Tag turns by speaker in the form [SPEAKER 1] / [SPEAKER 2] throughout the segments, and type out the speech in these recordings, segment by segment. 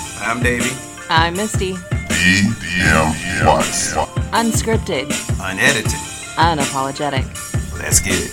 [SPEAKER 1] I'm Davey.
[SPEAKER 2] I'm Misty.
[SPEAKER 3] DM Watts.
[SPEAKER 2] Unscripted,
[SPEAKER 1] Unedited.
[SPEAKER 2] unapologetic.
[SPEAKER 1] Let's get it.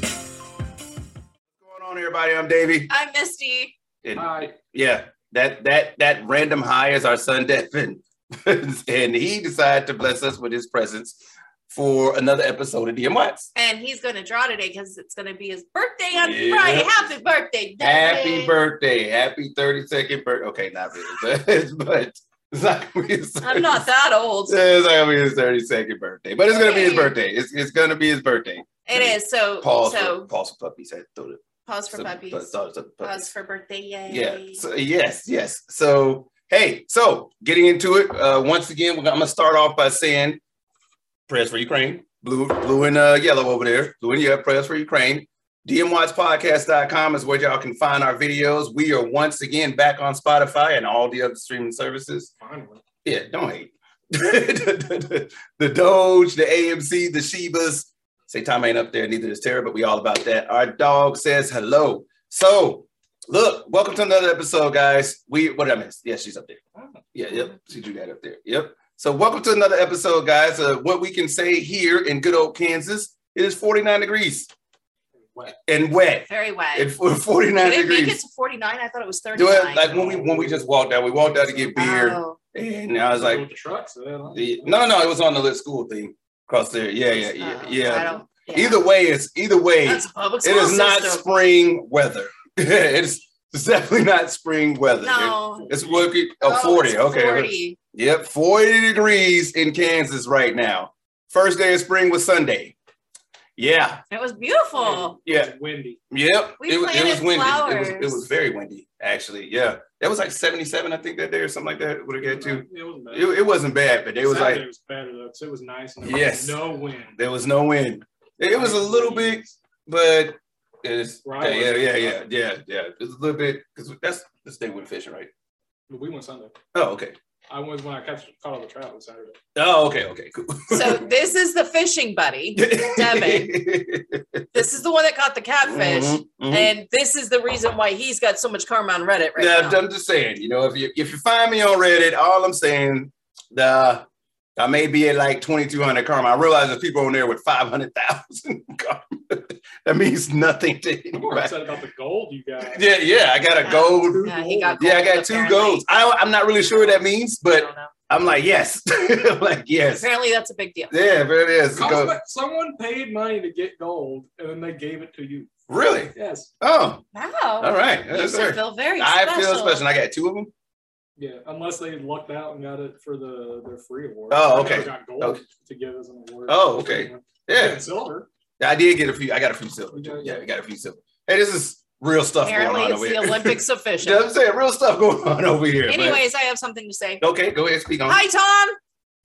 [SPEAKER 1] What's going on, everybody? I'm Davey.
[SPEAKER 4] I'm Misty.
[SPEAKER 1] And
[SPEAKER 5] Hi.
[SPEAKER 1] yeah, that that that random high is our son Devin. and he decided to bless us with his presence for another episode of DM Watts.
[SPEAKER 4] And he's going to draw today because it's going to be his birthday on
[SPEAKER 1] Yeah.
[SPEAKER 4] Friday. Happy birthday,
[SPEAKER 1] Happy
[SPEAKER 4] Devin.
[SPEAKER 1] birthday. Happy 32nd birthday. Okay, not really. But, but it's not gonna be his
[SPEAKER 4] I'm not that old.
[SPEAKER 1] 30 It's not gonna be his 32nd birthday. But it's gonna be his
[SPEAKER 4] Hey.
[SPEAKER 1] birthday. It's, it's gonna be his birthday.
[SPEAKER 4] It is. So,
[SPEAKER 1] Pause for,
[SPEAKER 4] so
[SPEAKER 1] pause for puppies. I throw the-
[SPEAKER 4] pause for
[SPEAKER 1] so-
[SPEAKER 4] puppies.
[SPEAKER 1] but- so- so
[SPEAKER 4] Pause
[SPEAKER 1] puppies.
[SPEAKER 4] for birthday. Yay.
[SPEAKER 1] Yeah. So, yes. Yes. So hey. So getting into it uh, once again, we're, gonna- I'm gonna start off by saying prayers for Ukraine. Blue, blue and uh, yellow over there. Blue and yellow. Prayers for Ukraine. DMWatchPodcast.com is where y'all can find our videos. We are once again back on Spotify and all the other streaming services.
[SPEAKER 5] Finally.
[SPEAKER 1] Yeah, don't hate. the, the Doge, the AMC, the Shebas. Say Tom ain't up there, neither is Tara, but we all about that. Our dog says hello. So look, welcome to another episode, guys. We what did I miss? Yeah, she's up there. Yeah, yep. She drew that up there. Yep. So welcome to another episode, guys. Uh, what we can say here in good old Kansas, it is 49 degrees
[SPEAKER 5] Wet.
[SPEAKER 1] and wet.
[SPEAKER 4] Very wet.
[SPEAKER 1] It's 49
[SPEAKER 4] Did it make it
[SPEAKER 1] degrees.
[SPEAKER 4] to 49? I thought it was 39.
[SPEAKER 1] Do it like when we when we just walked out, we walked out to get beer.
[SPEAKER 4] Oh.
[SPEAKER 1] And I was like,
[SPEAKER 5] With the trucks. man, huh?
[SPEAKER 1] the- No, no, it was on the lit school thing across there. Yeah, yeah, yeah.
[SPEAKER 4] Oh, I
[SPEAKER 1] yeah.
[SPEAKER 4] don't- yeah.
[SPEAKER 1] Either way, it's either way.
[SPEAKER 4] That's a public
[SPEAKER 1] it
[SPEAKER 4] school
[SPEAKER 1] is not
[SPEAKER 4] system.
[SPEAKER 1] spring weather. it's, it's definitely not spring weather.
[SPEAKER 4] No.
[SPEAKER 1] It's working. Oh,
[SPEAKER 4] it's
[SPEAKER 1] 40. Okay.
[SPEAKER 4] 40.
[SPEAKER 1] Yep, 40 degrees in Kansas right now. First day of spring was Sunday. Yeah.
[SPEAKER 4] It was beautiful.
[SPEAKER 1] Yeah.
[SPEAKER 5] It's windy.
[SPEAKER 1] Yep.
[SPEAKER 4] We
[SPEAKER 1] it, was- it was
[SPEAKER 4] planted
[SPEAKER 1] windy. It was, it
[SPEAKER 4] flowers.
[SPEAKER 1] was very windy, actually. Yeah. That was like 77, I think, that day or something like that. Would have got to.
[SPEAKER 5] It was bad.
[SPEAKER 1] It, it wasn't bad, but it was
[SPEAKER 5] Saturday
[SPEAKER 1] like
[SPEAKER 5] It was better though, 'cause it was nice. And there
[SPEAKER 1] Yes.
[SPEAKER 5] was No wind.
[SPEAKER 1] There was no wind. It, it was a little bit, but it's
[SPEAKER 5] Right.
[SPEAKER 1] yeah, yeah, yeah, yeah, yeah, yeah. It was a little bit because that's this day went fishing, right?
[SPEAKER 5] We went Sunday.
[SPEAKER 1] Oh, okay.
[SPEAKER 5] I was when I catch, caught all the trout on Saturday.
[SPEAKER 1] Oh, okay, okay, cool.
[SPEAKER 4] So this is the fishing buddy. This is the one that caught the catfish.
[SPEAKER 1] Mhm, mhm.
[SPEAKER 4] And this is the reason why he's got so much karma on Reddit right
[SPEAKER 1] yeah,
[SPEAKER 4] now.
[SPEAKER 1] I'm just saying, you know, if you if you find me on Reddit, all I'm saying, the I may be at like 2,200 karma. I realize there's people on there with 500,000 karma. that means nothing to
[SPEAKER 5] I'm more
[SPEAKER 1] anybody.
[SPEAKER 5] upset about the gold you got.
[SPEAKER 1] Yeah, yeah, I got a gold
[SPEAKER 4] Yeah, he got
[SPEAKER 1] Yeah, I
[SPEAKER 4] gold,
[SPEAKER 1] got two
[SPEAKER 4] apparently.
[SPEAKER 1] goals. I, I'm not really sure what that means,
[SPEAKER 4] I
[SPEAKER 1] but
[SPEAKER 4] don't know.
[SPEAKER 1] I'm like, yes. I'm like, yes.
[SPEAKER 4] Apparently, that's a big deal.
[SPEAKER 1] Yeah, but it is.
[SPEAKER 5] Cost-
[SPEAKER 1] Go-
[SPEAKER 5] Someone paid money to get gold, and then they gave it to you.
[SPEAKER 1] Really?
[SPEAKER 5] Yes.
[SPEAKER 1] Oh,
[SPEAKER 4] Wow.
[SPEAKER 1] all right.
[SPEAKER 4] You
[SPEAKER 1] That's
[SPEAKER 4] should
[SPEAKER 1] right.
[SPEAKER 4] feel very
[SPEAKER 1] I
[SPEAKER 4] special.
[SPEAKER 1] feel special. And I got two of them.
[SPEAKER 5] Yeah. Unless they lucked out and got it for the their free award.
[SPEAKER 1] Oh,
[SPEAKER 5] I never
[SPEAKER 1] okay.
[SPEAKER 5] Got gold
[SPEAKER 1] Okay.
[SPEAKER 5] to give as an award.
[SPEAKER 1] Oh, okay.
[SPEAKER 5] Yeah.
[SPEAKER 1] Yeah.
[SPEAKER 5] Silver.
[SPEAKER 1] I did get a few. I got a few silver. too. Yeah, I got a few silver. Hey, this is real stuff
[SPEAKER 4] Apparently,
[SPEAKER 1] going on
[SPEAKER 4] it's
[SPEAKER 1] over
[SPEAKER 4] the
[SPEAKER 1] here.
[SPEAKER 4] Olympics
[SPEAKER 1] you know what
[SPEAKER 4] official.
[SPEAKER 1] I'm saying? Real stuff going on over here. man.
[SPEAKER 4] Anyways, I have something to say.
[SPEAKER 1] Okay, go ahead. Speak on.
[SPEAKER 4] Hi, Tom.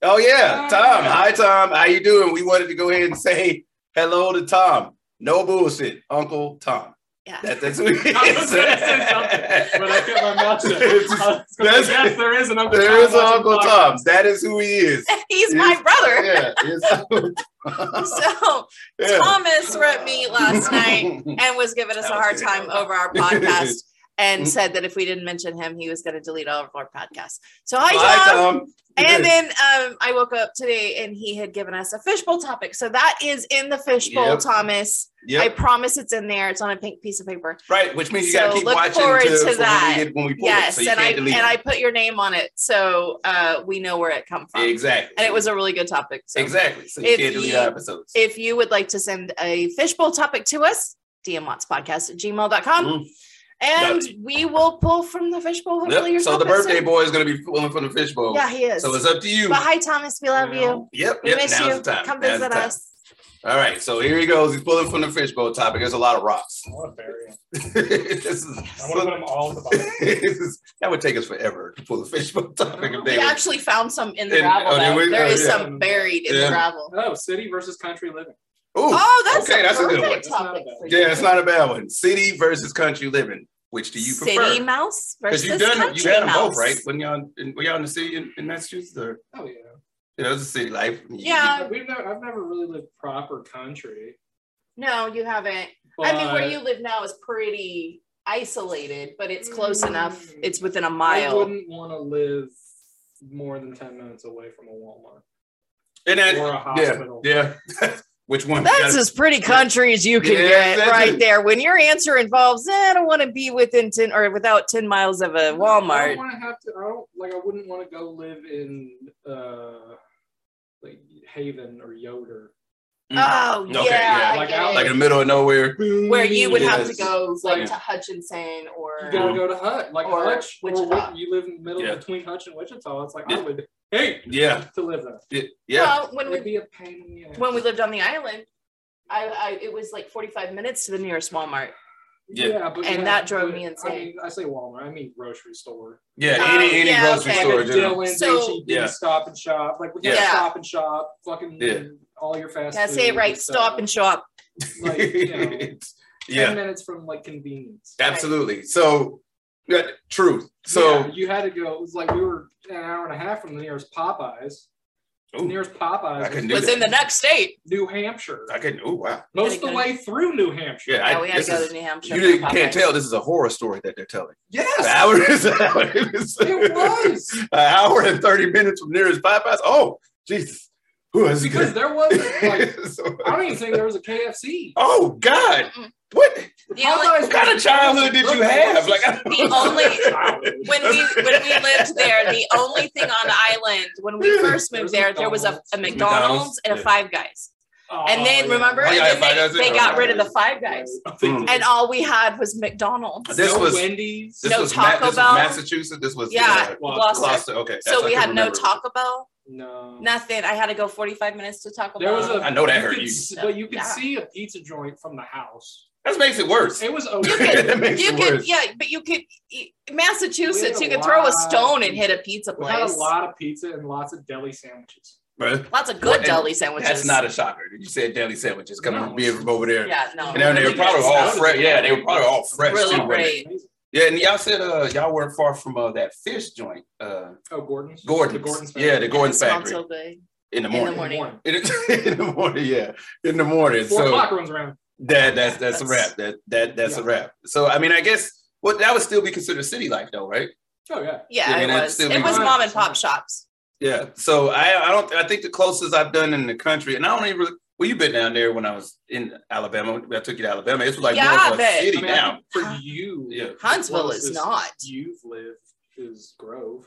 [SPEAKER 1] Oh yeah,
[SPEAKER 5] Hi.
[SPEAKER 1] Tom. Hi Tom. How you doing? We wanted to go ahead and say hello to Tom. No bullshit, Uncle Tom.
[SPEAKER 4] Yeah.
[SPEAKER 1] That, that's what
[SPEAKER 5] I was gonna say something, but I kept my mouth shut. I was gonna say,
[SPEAKER 1] That's-
[SPEAKER 5] yes, there is an Uncle
[SPEAKER 1] There
[SPEAKER 5] Tom
[SPEAKER 1] is an
[SPEAKER 5] watching
[SPEAKER 1] Uncle
[SPEAKER 5] podcast.
[SPEAKER 1] Tom. That is who he is.
[SPEAKER 4] He's my brother.
[SPEAKER 1] Yeah, it's Uncle Tom.
[SPEAKER 4] So
[SPEAKER 1] Yeah.
[SPEAKER 4] Thomas wrote me last night and was giving us a
[SPEAKER 1] That was
[SPEAKER 4] hard
[SPEAKER 1] good.
[SPEAKER 4] time over our podcast and said that if we didn't mention him, he was going to delete all of our podcasts. So hi,
[SPEAKER 1] Hi,
[SPEAKER 4] Tom.
[SPEAKER 1] Tom.
[SPEAKER 4] And then um, I woke up today and he had given us a fishbowl topic. So that is in the fishbowl,
[SPEAKER 1] Yep.
[SPEAKER 4] Thomas. I
[SPEAKER 1] Yep.
[SPEAKER 4] promise it's in there. It's on a pink piece of paper.
[SPEAKER 1] right, which means you
[SPEAKER 4] So
[SPEAKER 1] gotta keep
[SPEAKER 4] look
[SPEAKER 1] watching
[SPEAKER 4] forward
[SPEAKER 1] to,
[SPEAKER 4] to
[SPEAKER 1] for when we
[SPEAKER 4] that.
[SPEAKER 1] get- when we pull
[SPEAKER 4] yes,
[SPEAKER 1] it, so you
[SPEAKER 4] and
[SPEAKER 1] can't
[SPEAKER 4] I
[SPEAKER 1] delete
[SPEAKER 4] and I
[SPEAKER 1] it.
[SPEAKER 4] put your name on it, so uh, we know where it come from.
[SPEAKER 1] exactly.
[SPEAKER 4] And it was a really good topic. So
[SPEAKER 1] exactly. So you
[SPEAKER 4] if
[SPEAKER 1] can't delete
[SPEAKER 4] you-
[SPEAKER 1] our episodes.
[SPEAKER 4] if you would like to send a fishbowl topic to us, dmwattspodcast at gmail.com.
[SPEAKER 1] Mm.
[SPEAKER 4] And we will pull from the fishbowl.
[SPEAKER 1] Yep.
[SPEAKER 4] Hopefully, your
[SPEAKER 1] So the
[SPEAKER 4] topic
[SPEAKER 1] birthday
[SPEAKER 4] soon.
[SPEAKER 1] boy is gonna be pulling from the fishbowl.
[SPEAKER 4] Yeah, he is.
[SPEAKER 1] So it's up to you.
[SPEAKER 4] but hi, Thomas. We love
[SPEAKER 5] Yeah.
[SPEAKER 4] you.
[SPEAKER 1] Yep,
[SPEAKER 4] We
[SPEAKER 1] yep.
[SPEAKER 4] miss
[SPEAKER 1] Now's
[SPEAKER 4] you.
[SPEAKER 1] the time.
[SPEAKER 4] Come
[SPEAKER 1] Now's the
[SPEAKER 4] visit
[SPEAKER 1] time.
[SPEAKER 4] us.
[SPEAKER 1] All right, so here he goes. He's pulling from the fishbowl topic. There's a lot of rocks.
[SPEAKER 5] I want to bury him.
[SPEAKER 1] this is,
[SPEAKER 5] I want to put them all in the box.
[SPEAKER 1] this is- that would take us forever to pull the fishbowl topic. if they
[SPEAKER 4] We
[SPEAKER 1] were-
[SPEAKER 4] actually found some in the
[SPEAKER 1] In-
[SPEAKER 4] gravel.
[SPEAKER 1] oh, did
[SPEAKER 4] though.
[SPEAKER 1] we?
[SPEAKER 4] There
[SPEAKER 1] Oh,
[SPEAKER 4] is
[SPEAKER 5] yeah.
[SPEAKER 4] some buried in
[SPEAKER 1] Yeah.
[SPEAKER 4] the gravel.
[SPEAKER 5] Oh, city versus country living.
[SPEAKER 1] Ooh,
[SPEAKER 4] Oh, that's
[SPEAKER 1] okay,
[SPEAKER 4] a
[SPEAKER 1] that's a good
[SPEAKER 4] perfect
[SPEAKER 1] one.
[SPEAKER 4] topic. for you.
[SPEAKER 1] Yeah, it's not a bad one. City versus country living. Which do you prefer?
[SPEAKER 4] City mouse
[SPEAKER 1] Because
[SPEAKER 4] versus
[SPEAKER 1] you've done
[SPEAKER 4] country
[SPEAKER 1] you had them
[SPEAKER 4] mouse.
[SPEAKER 1] both, right? When y'all in, were y'all in the city in, in Massachusetts, or
[SPEAKER 5] Oh yeah.
[SPEAKER 1] you know, it was a city life.
[SPEAKER 4] Yeah. Um,
[SPEAKER 5] We've never, I've never really lived proper country.
[SPEAKER 4] No, you haven't.
[SPEAKER 5] But
[SPEAKER 4] I mean, where you live now is pretty isolated, but it's close
[SPEAKER 5] Mm.
[SPEAKER 4] enough. It's within a
[SPEAKER 5] I
[SPEAKER 4] mile.
[SPEAKER 5] wouldn't want to live more than 10 minutes away from a Walmart
[SPEAKER 1] And that,
[SPEAKER 5] or a hospital.
[SPEAKER 1] yeah, yeah. Which one?
[SPEAKER 4] That's as pretty country as you can
[SPEAKER 1] Yeah,
[SPEAKER 4] get
[SPEAKER 1] that's
[SPEAKER 4] right
[SPEAKER 1] it.
[SPEAKER 4] there. When your answer involves, eh, I don't want to be within 10 or without 10 miles of a
[SPEAKER 5] I
[SPEAKER 1] Mm-hmm.
[SPEAKER 4] Walmart.
[SPEAKER 5] don't want to have to. I don't like. I wouldn't want to go live in uh, like Haven or Yoder.
[SPEAKER 4] Oh,
[SPEAKER 1] Okay,
[SPEAKER 4] yeah.
[SPEAKER 1] yeah,
[SPEAKER 4] I
[SPEAKER 5] like
[SPEAKER 4] get
[SPEAKER 5] out-
[SPEAKER 4] it.
[SPEAKER 1] mm, like in the middle of nowhere.
[SPEAKER 4] Where you would have to
[SPEAKER 1] Yes.
[SPEAKER 4] go like
[SPEAKER 5] Yeah.
[SPEAKER 4] to Hutchinson or
[SPEAKER 5] You gotta go to Hut, like
[SPEAKER 4] Or
[SPEAKER 5] Hutch, or
[SPEAKER 4] Wichita.
[SPEAKER 5] Wi- you live in the middle
[SPEAKER 1] Yeah.
[SPEAKER 5] between Hutch and Wichita. It's like
[SPEAKER 1] Yeah.
[SPEAKER 5] I would hate
[SPEAKER 1] Yeah,
[SPEAKER 5] to live there.
[SPEAKER 1] yeah, yeah.
[SPEAKER 4] Well, when
[SPEAKER 5] It'd
[SPEAKER 4] we
[SPEAKER 5] be a pain in the ass.
[SPEAKER 4] when we lived on the island, I, I it was like 45 minutes to the nearest Walmart.
[SPEAKER 1] Yeah.
[SPEAKER 5] but
[SPEAKER 4] And
[SPEAKER 5] yeah,
[SPEAKER 4] that drove
[SPEAKER 5] but
[SPEAKER 4] me
[SPEAKER 5] I,
[SPEAKER 4] insane.
[SPEAKER 5] mean, I say Walmart, I mean grocery store.
[SPEAKER 4] Oh,
[SPEAKER 1] any any
[SPEAKER 4] yeah,
[SPEAKER 1] grocery
[SPEAKER 4] okay.
[SPEAKER 1] store,
[SPEAKER 5] Like a
[SPEAKER 1] dude.
[SPEAKER 5] Dillon's,
[SPEAKER 4] So-
[SPEAKER 5] H-E-B,
[SPEAKER 1] Yeah.
[SPEAKER 5] Stop and Shop, like we
[SPEAKER 1] Yeah.
[SPEAKER 5] have Stop and Shop, fucking
[SPEAKER 1] Yeah.
[SPEAKER 5] all your fast.
[SPEAKER 4] Yeah, say it
[SPEAKER 5] food
[SPEAKER 4] right.
[SPEAKER 5] and
[SPEAKER 4] Stop and shop.
[SPEAKER 5] stuff, like, you know, ten
[SPEAKER 1] yeah,
[SPEAKER 5] minutes from like convenience.
[SPEAKER 1] absolutely. So, yeah, truth. So,
[SPEAKER 5] Yeah, you had to go. It was like we were an hour and a half from the nearest Popeyes. The
[SPEAKER 1] Ooh,
[SPEAKER 5] nearest
[SPEAKER 1] I
[SPEAKER 5] Popeyes
[SPEAKER 1] couldn't
[SPEAKER 5] was
[SPEAKER 1] do
[SPEAKER 4] Was in the next state.
[SPEAKER 5] New Hampshire.
[SPEAKER 1] I can. Oh wow.
[SPEAKER 5] Most of the
[SPEAKER 4] Gotta go.
[SPEAKER 5] way through New Hampshire.
[SPEAKER 1] Yeah, I-
[SPEAKER 4] Yeah, we had
[SPEAKER 1] this
[SPEAKER 4] to go
[SPEAKER 1] is-
[SPEAKER 4] to New Hampshire.
[SPEAKER 1] You
[SPEAKER 4] for
[SPEAKER 1] didn't-
[SPEAKER 4] Popeyes.
[SPEAKER 1] can't tell this is a horror story that they're telling. An
[SPEAKER 5] Yes,
[SPEAKER 1] hour is an hour. is-
[SPEAKER 5] it was
[SPEAKER 1] An hour and 30 minutes from nearest Popeyes. Oh, Jesus. Who is
[SPEAKER 5] because
[SPEAKER 1] good?
[SPEAKER 5] there wasn't like
[SPEAKER 1] So-
[SPEAKER 5] I don't even think there was a KFC.
[SPEAKER 1] oh, God.
[SPEAKER 4] Mm-mm.
[SPEAKER 1] What,
[SPEAKER 4] The only-
[SPEAKER 1] what kind of childhood did you have? Like, I don't-
[SPEAKER 4] The only-
[SPEAKER 5] Childhood.
[SPEAKER 4] when we when we lived there, the only thing on the island when we first moved there, there was a, a McDonald's and a Five Guys. And then remember,
[SPEAKER 1] Oh,
[SPEAKER 4] and
[SPEAKER 1] yeah,
[SPEAKER 4] then
[SPEAKER 1] Five Guys,
[SPEAKER 4] they, they
[SPEAKER 1] yeah.
[SPEAKER 4] got rid of the Five Guys,
[SPEAKER 5] Hmm.
[SPEAKER 4] and all we had was McDonald's.
[SPEAKER 1] This
[SPEAKER 5] this
[SPEAKER 1] was-
[SPEAKER 5] was Wendy's.
[SPEAKER 1] this
[SPEAKER 4] no
[SPEAKER 1] was
[SPEAKER 4] Taco
[SPEAKER 1] this was
[SPEAKER 4] Bell.
[SPEAKER 1] Massachusetts. This was
[SPEAKER 4] Yeah,
[SPEAKER 1] uh,
[SPEAKER 5] Gloucester.
[SPEAKER 4] Gloucester.
[SPEAKER 1] Gloucester. Okay. that's-
[SPEAKER 4] So
[SPEAKER 1] I
[SPEAKER 4] we
[SPEAKER 1] can
[SPEAKER 4] had no
[SPEAKER 1] remember.
[SPEAKER 4] Taco Bell,
[SPEAKER 5] No,
[SPEAKER 4] nothing. I had to go 45 minutes to Taco
[SPEAKER 5] There
[SPEAKER 4] Bell.
[SPEAKER 5] was a.
[SPEAKER 1] I know that hurt
[SPEAKER 5] could
[SPEAKER 1] you.
[SPEAKER 5] s- But you could
[SPEAKER 4] Yeah.
[SPEAKER 5] see a pizza joint from the house.
[SPEAKER 1] That makes it worse.
[SPEAKER 5] It was
[SPEAKER 4] You
[SPEAKER 5] okay.
[SPEAKER 4] could-
[SPEAKER 1] That makes
[SPEAKER 4] you
[SPEAKER 1] it
[SPEAKER 4] could,
[SPEAKER 1] worse.
[SPEAKER 4] yeah, but you could, Massachusetts,
[SPEAKER 5] We
[SPEAKER 4] you
[SPEAKER 5] had a
[SPEAKER 4] could throw a
[SPEAKER 5] lot
[SPEAKER 4] stone
[SPEAKER 5] of
[SPEAKER 4] and hit a pizza
[SPEAKER 5] We had a
[SPEAKER 4] place.
[SPEAKER 5] lot of pizza and lots of deli sandwiches.
[SPEAKER 1] Bruh,
[SPEAKER 4] Lots of good
[SPEAKER 1] And
[SPEAKER 4] deli sandwiches.
[SPEAKER 1] That's not a shocker. You said deli sandwiches coming
[SPEAKER 5] No.
[SPEAKER 1] being from over there.
[SPEAKER 4] Yeah, no.
[SPEAKER 1] And then they were probably all
[SPEAKER 5] Sounded
[SPEAKER 1] fresh. Yeah, they were probably all fresh
[SPEAKER 4] Really
[SPEAKER 1] too. right?
[SPEAKER 4] great.
[SPEAKER 1] Yeah, and y'all said uh y'all weren't far from uh that fish joint, uh
[SPEAKER 5] Oh, Gordon's.
[SPEAKER 1] Gordon's.
[SPEAKER 5] The Gordon's.
[SPEAKER 1] yeah, the Gordon's
[SPEAKER 4] It smelled
[SPEAKER 1] factory
[SPEAKER 4] so good.
[SPEAKER 1] in the
[SPEAKER 4] in the
[SPEAKER 1] morning.
[SPEAKER 4] morning.
[SPEAKER 1] In the, in the morning, yeah, in the morning.
[SPEAKER 5] Four
[SPEAKER 1] so
[SPEAKER 5] o'clock runs around.
[SPEAKER 1] that that's that's a
[SPEAKER 4] That's-
[SPEAKER 1] wrap. That that that's a
[SPEAKER 5] Yeah.
[SPEAKER 1] wrap. So I mean, I guess what that would still be considered city life, though, right?
[SPEAKER 5] Oh yeah.
[SPEAKER 1] Yeah,
[SPEAKER 4] Yeah,
[SPEAKER 1] and
[SPEAKER 4] it
[SPEAKER 1] that's
[SPEAKER 4] was.
[SPEAKER 1] still
[SPEAKER 4] It
[SPEAKER 1] be
[SPEAKER 4] was
[SPEAKER 5] fine.
[SPEAKER 4] mom and pop shops.
[SPEAKER 1] Yeah. So I I don't I think the closest I've done in the country, and I don't even really, well, you've been down there when I was in Alabama. I took you to Alabama. It was like
[SPEAKER 4] Yeah,
[SPEAKER 1] more of a
[SPEAKER 4] but-
[SPEAKER 1] city
[SPEAKER 5] I mean, I
[SPEAKER 1] now.
[SPEAKER 5] think for you,
[SPEAKER 1] Yeah.
[SPEAKER 4] Huntsville is
[SPEAKER 5] closest
[SPEAKER 4] not.
[SPEAKER 5] You've lived is Grove.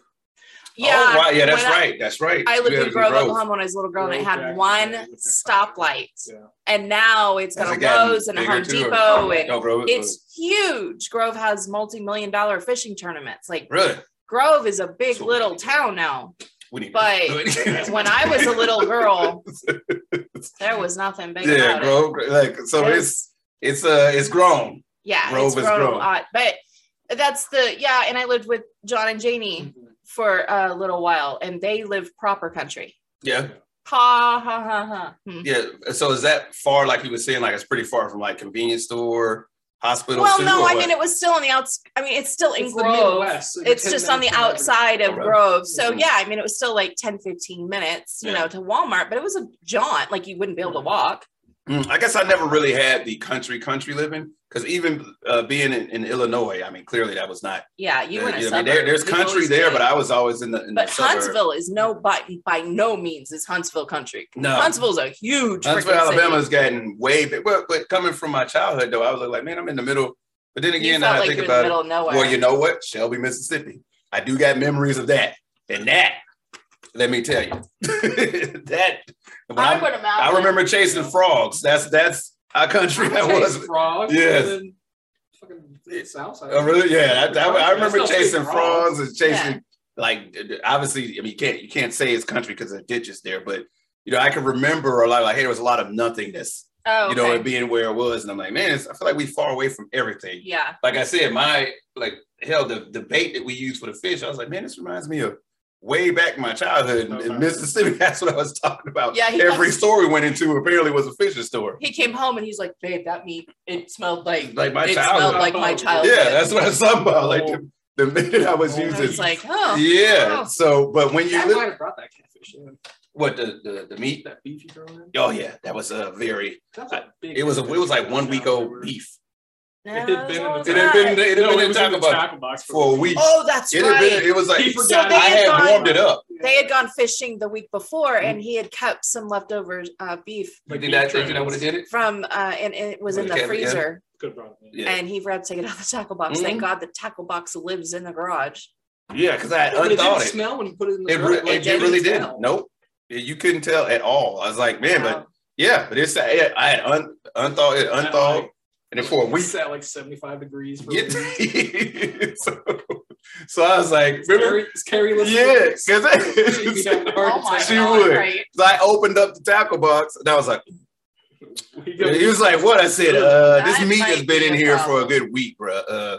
[SPEAKER 4] Yeah,
[SPEAKER 1] Oh, wow. Yeah, that's
[SPEAKER 4] when I-
[SPEAKER 1] right. That's right.
[SPEAKER 4] I lived
[SPEAKER 1] Yeah,
[SPEAKER 4] in Grove, Oklahoma when I was a little girl, and it
[SPEAKER 5] Grove,
[SPEAKER 4] had
[SPEAKER 5] Jackson,
[SPEAKER 4] one
[SPEAKER 5] yeah, it was different.
[SPEAKER 4] stoplight.
[SPEAKER 5] Yeah.
[SPEAKER 4] And now it's
[SPEAKER 1] Has
[SPEAKER 4] got
[SPEAKER 1] it
[SPEAKER 4] a
[SPEAKER 1] gotten
[SPEAKER 4] Lowe's and a
[SPEAKER 1] bigger
[SPEAKER 4] Home
[SPEAKER 1] too, Oh, or-
[SPEAKER 4] Depot, and
[SPEAKER 1] No, Grove.
[SPEAKER 4] it's huge. Grove has multi-million dollar fishing tournaments. Like
[SPEAKER 1] really.
[SPEAKER 4] Grove is a big
[SPEAKER 1] So-
[SPEAKER 4] little town now.
[SPEAKER 1] We need
[SPEAKER 4] But
[SPEAKER 1] to-
[SPEAKER 4] When I was a little girl, there was nothing big
[SPEAKER 1] yeah,
[SPEAKER 4] about it.
[SPEAKER 1] Grove, like so
[SPEAKER 4] There's-
[SPEAKER 1] it's it's uh it's grown.
[SPEAKER 4] yeah,
[SPEAKER 1] Grove
[SPEAKER 4] it's
[SPEAKER 1] is
[SPEAKER 4] grown a
[SPEAKER 1] Grove.
[SPEAKER 4] lot. But that's the yeah, and I lived with John and Janie
[SPEAKER 1] Mm-hmm.
[SPEAKER 4] for a little while, and they live proper country.
[SPEAKER 1] Yeah,
[SPEAKER 4] Ha ha ha ha. Hmm.
[SPEAKER 1] yeah. So is that far? Like you were saying, like it's pretty far from like convenience store, hospital.
[SPEAKER 4] Well,
[SPEAKER 1] too,
[SPEAKER 4] no,
[SPEAKER 1] or
[SPEAKER 4] I
[SPEAKER 1] what?
[SPEAKER 4] mean it was still on the outs. I mean it's still in
[SPEAKER 5] It's the
[SPEAKER 4] Grove.
[SPEAKER 5] Midwest, so you're
[SPEAKER 4] it's
[SPEAKER 5] 10
[SPEAKER 4] just on the
[SPEAKER 5] minutes from everything.
[SPEAKER 4] outside of
[SPEAKER 1] Okay.
[SPEAKER 4] Grove. So
[SPEAKER 1] Mhm.
[SPEAKER 4] yeah, I mean it was still like 10, 15 minutes, you
[SPEAKER 1] Yeah.
[SPEAKER 4] know, to Walmart, but it was a jaunt. Like you wouldn't be able to walk.
[SPEAKER 1] Mm, I guess I never really had the country country living because even uh, being in, in Illinois, I mean, clearly that was not.
[SPEAKER 4] Yeah, you
[SPEAKER 1] uh,
[SPEAKER 4] went.
[SPEAKER 1] you know, I mean, there- there's country there, but I was always in the. In
[SPEAKER 4] But
[SPEAKER 1] the suburb.
[SPEAKER 4] Huntsville is no by, by no means is Huntsville country.
[SPEAKER 1] no,
[SPEAKER 4] Huntsville's a huge.
[SPEAKER 1] Huntsville,
[SPEAKER 4] freaking city.
[SPEAKER 1] Alabama's gotten way big. But, but coming from my childhood, though, I was like, man, I'm in the middle. But then
[SPEAKER 4] You
[SPEAKER 1] again, now
[SPEAKER 4] felt
[SPEAKER 1] I
[SPEAKER 4] like
[SPEAKER 1] think
[SPEAKER 4] you're in
[SPEAKER 1] about
[SPEAKER 4] the
[SPEAKER 1] it.
[SPEAKER 4] middle of nowhere.
[SPEAKER 1] Well, you know what? Shelby, Mississippi. I do got memories of that. And that, let me tell you. that when
[SPEAKER 4] I
[SPEAKER 1] I'm-
[SPEAKER 4] would imagine.
[SPEAKER 1] I remember chasing frogs. That's that's our country that
[SPEAKER 5] Chase
[SPEAKER 1] was.
[SPEAKER 5] frogs.
[SPEAKER 1] Yes.
[SPEAKER 5] and Fucking Southside.
[SPEAKER 1] I really, yeah, I, I- I remember
[SPEAKER 5] That's still
[SPEAKER 1] chasing
[SPEAKER 5] chasing frogs.
[SPEAKER 1] frogs and chasing like d- d- obviously. I mean, you can't you can't say it's country because of ditches there, but you know, I can remember a lot. Like, hey, there was a lot of nothingness,
[SPEAKER 4] Oh,
[SPEAKER 1] you know,
[SPEAKER 4] okay.
[SPEAKER 1] and being where it was. And I'm like, man, it's, I feel like we far away from everything.
[SPEAKER 4] yeah.
[SPEAKER 1] like I said, my like hell, the, the bait that we used for the fish, I was like, man, this reminds me of way back in my childhood in, in Mississippi. That's what I was talking about.
[SPEAKER 4] Yeah, he
[SPEAKER 1] every
[SPEAKER 4] comes-
[SPEAKER 1] store we went into apparently was a fishing store.
[SPEAKER 4] He came home and he's like, "Babe, that meat it smelled like
[SPEAKER 1] Like my
[SPEAKER 4] it smelled
[SPEAKER 1] childhood.
[SPEAKER 4] like my
[SPEAKER 1] Yeah,
[SPEAKER 5] Yeah,
[SPEAKER 4] childhood."
[SPEAKER 1] that's what I was talking about. Like the, the minute I was
[SPEAKER 5] Oh.
[SPEAKER 4] And
[SPEAKER 1] using,
[SPEAKER 4] it's like, huh?
[SPEAKER 1] yeah.
[SPEAKER 4] Oh.
[SPEAKER 1] So, but when you
[SPEAKER 5] I might
[SPEAKER 1] look,
[SPEAKER 5] have brought that catfish in.
[SPEAKER 1] what the, the the meat?
[SPEAKER 5] That beef you throw in.
[SPEAKER 1] Oh yeah, that was a very.
[SPEAKER 5] That was a big
[SPEAKER 1] It was a, it was like
[SPEAKER 5] catfish.
[SPEAKER 1] one week
[SPEAKER 5] We
[SPEAKER 1] old
[SPEAKER 5] were-
[SPEAKER 1] beef.
[SPEAKER 4] No,
[SPEAKER 5] It had been in the
[SPEAKER 4] it's
[SPEAKER 1] It had been, it had
[SPEAKER 5] No,
[SPEAKER 1] been
[SPEAKER 5] it
[SPEAKER 1] in
[SPEAKER 5] was
[SPEAKER 1] Taco
[SPEAKER 5] in the
[SPEAKER 1] Box
[SPEAKER 5] tackle box
[SPEAKER 1] for a week.
[SPEAKER 4] Oh, that's
[SPEAKER 1] it, had
[SPEAKER 4] right.
[SPEAKER 1] been, it was like
[SPEAKER 5] He
[SPEAKER 4] So
[SPEAKER 5] forgot.
[SPEAKER 4] they
[SPEAKER 1] I had
[SPEAKER 4] gone-
[SPEAKER 1] warmed it up.
[SPEAKER 4] they had gone fishing the week before, and he had kept some leftover uh, beef
[SPEAKER 1] You think that? You know what it did it?
[SPEAKER 4] from, uh, and, and it was in
[SPEAKER 1] When
[SPEAKER 4] the
[SPEAKER 1] it came together?
[SPEAKER 4] freezer.
[SPEAKER 5] Good problem. Yeah.
[SPEAKER 1] Yeah,
[SPEAKER 4] And he forgot to take it out of the tackle box. Thank God the tackle box lives in the garage.
[SPEAKER 1] yeah, because I had
[SPEAKER 5] But it didn't
[SPEAKER 1] unthought it.
[SPEAKER 5] smell when you put it in the
[SPEAKER 1] It,
[SPEAKER 5] grill,
[SPEAKER 1] re-
[SPEAKER 5] like,
[SPEAKER 1] it,
[SPEAKER 5] didn't
[SPEAKER 1] really didn't.
[SPEAKER 5] smell.
[SPEAKER 1] Nope, you couldn't tell at all. I was like, man, but
[SPEAKER 4] Wow.
[SPEAKER 1] Yeah, but it's I I had un, unthawed, it
[SPEAKER 5] That,
[SPEAKER 1] unthawed,
[SPEAKER 5] like,
[SPEAKER 1] and then for a week.
[SPEAKER 5] It's at like 75 degrees. For a week.
[SPEAKER 1] Yeah. so, so I was like, remember?
[SPEAKER 5] Carrie, it's Carrie
[SPEAKER 1] Yeah,
[SPEAKER 5] listening to
[SPEAKER 1] Oh because
[SPEAKER 5] this? She'd be having a
[SPEAKER 4] Oh
[SPEAKER 5] heart attack.
[SPEAKER 1] She would. I opened up the tackle box, and I was like,
[SPEAKER 5] We go-
[SPEAKER 1] he was like, what? I said, uh, this
[SPEAKER 4] That
[SPEAKER 1] meat has
[SPEAKER 4] might
[SPEAKER 1] been
[SPEAKER 4] be
[SPEAKER 1] in
[SPEAKER 4] a
[SPEAKER 1] here for a
[SPEAKER 4] problem.
[SPEAKER 1] good week, bro. Uh,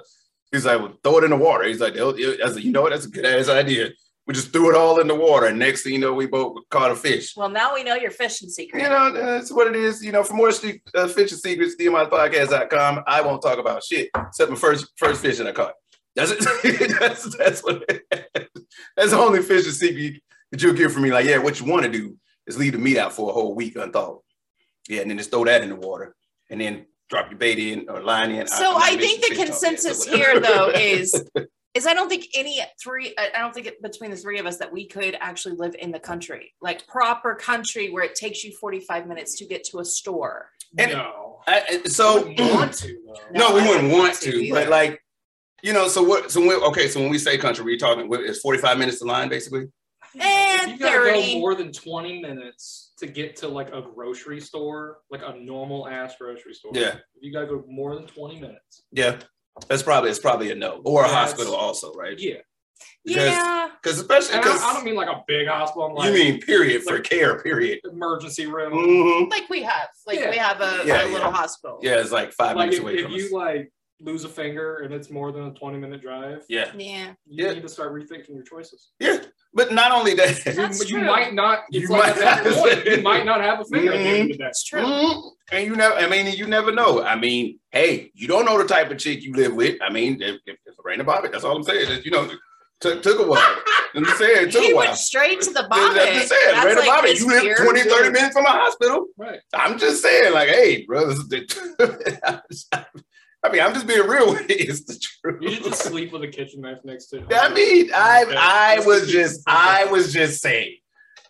[SPEAKER 1] he's like, well, throw it in the water. He's like, "They'll- it- I said, you know what? That's a good ass idea. We just threw it all in the water, and next thing you know, we both caught a fish.
[SPEAKER 4] Well, now we know your fishing secret.
[SPEAKER 1] you know, that's what it is. You know, for more st- uh, fishing secrets, dmipodcast.com. I won't talk about shit except my first first fish that I caught. That's it. that's that's what. that's the only fishing secret that you'll get from me. Like, yeah, what you want to do is leave the meat out for a whole week unthawed. Yeah, and then just throw that in the water, and then drop your bait in or line in.
[SPEAKER 4] So
[SPEAKER 1] I'm not
[SPEAKER 4] I think the
[SPEAKER 1] making fish talk yet, so
[SPEAKER 4] consensus
[SPEAKER 1] whatever.
[SPEAKER 4] here, though, is is I don't think any three. I I don't think it, between the three of us that we could actually live in the country, like proper country, where it takes you forty five minutes to get to a store.
[SPEAKER 1] And-
[SPEAKER 5] no.
[SPEAKER 1] I- I-
[SPEAKER 5] I
[SPEAKER 1] so
[SPEAKER 5] wouldn't want to, though.
[SPEAKER 1] No, we wouldn't want to,
[SPEAKER 4] either.
[SPEAKER 1] but like, you know, so what? So when, okay, so when we say country, we're talking what, it's forty five minutes to line, basically.
[SPEAKER 4] And
[SPEAKER 5] you gotta
[SPEAKER 4] 30.
[SPEAKER 5] go more than 20 minutes to get to like a grocery store, like a normal ass grocery store.
[SPEAKER 1] Yeah.
[SPEAKER 5] You gotta go more than 20 minutes.
[SPEAKER 1] Yeah, that's probably it's probably a no or a
[SPEAKER 5] Yeah, it's-
[SPEAKER 1] hospital also, right?
[SPEAKER 5] Yeah.
[SPEAKER 1] Because-
[SPEAKER 4] yeah,
[SPEAKER 1] Because especially
[SPEAKER 5] And I, I don't
[SPEAKER 1] because
[SPEAKER 5] mean like a big hospital. I'm like
[SPEAKER 1] you mean period for
[SPEAKER 5] like- Mm-hmm.
[SPEAKER 1] care, period.
[SPEAKER 5] emergency room.
[SPEAKER 1] hmm
[SPEAKER 4] like we have, like
[SPEAKER 5] Yeah.
[SPEAKER 4] we have a,
[SPEAKER 1] Yeah,
[SPEAKER 4] a little
[SPEAKER 1] yeah.
[SPEAKER 4] hospital.
[SPEAKER 1] Yeah, it's like five
[SPEAKER 5] Like
[SPEAKER 1] minutes
[SPEAKER 5] if,
[SPEAKER 1] away
[SPEAKER 5] if
[SPEAKER 1] from
[SPEAKER 5] you
[SPEAKER 1] us.
[SPEAKER 5] like lose a finger and it's more than a 20 minute drive,
[SPEAKER 1] Yeah,
[SPEAKER 4] yeah.
[SPEAKER 5] you
[SPEAKER 1] Yeah.
[SPEAKER 5] need to start rethinking your choices.
[SPEAKER 1] yeah, but not only that,
[SPEAKER 4] That's
[SPEAKER 5] you, you
[SPEAKER 4] true.
[SPEAKER 5] might not,
[SPEAKER 1] You
[SPEAKER 5] it's like
[SPEAKER 1] might
[SPEAKER 5] at that
[SPEAKER 1] not-
[SPEAKER 5] point, you might not have a finger at the end of the day.
[SPEAKER 4] It's true.
[SPEAKER 1] Mhm. and you never. I mean, you never know. I mean, hey, you don't know the type of chick you live with. I mean, if, if it's Raina Bobbitt, that's all I'm saying. That, you know, took took a while. I'm just saying, it took
[SPEAKER 4] He
[SPEAKER 1] a while.
[SPEAKER 4] went straight to the
[SPEAKER 1] I'm
[SPEAKER 4] bottom.
[SPEAKER 1] just saying,
[SPEAKER 4] That's
[SPEAKER 1] Raina
[SPEAKER 4] like
[SPEAKER 1] Bobbitt,
[SPEAKER 4] his
[SPEAKER 1] you live
[SPEAKER 4] fear.
[SPEAKER 1] 20, 30 minutes from a hospital.
[SPEAKER 5] Right.
[SPEAKER 1] I'm just saying, like, hey, bro. this is- I mean, I'm just being real with you. It's the truth.
[SPEAKER 5] You should just sleep with a kitchen knife next to it.
[SPEAKER 1] I mean, I I was just I was just saying.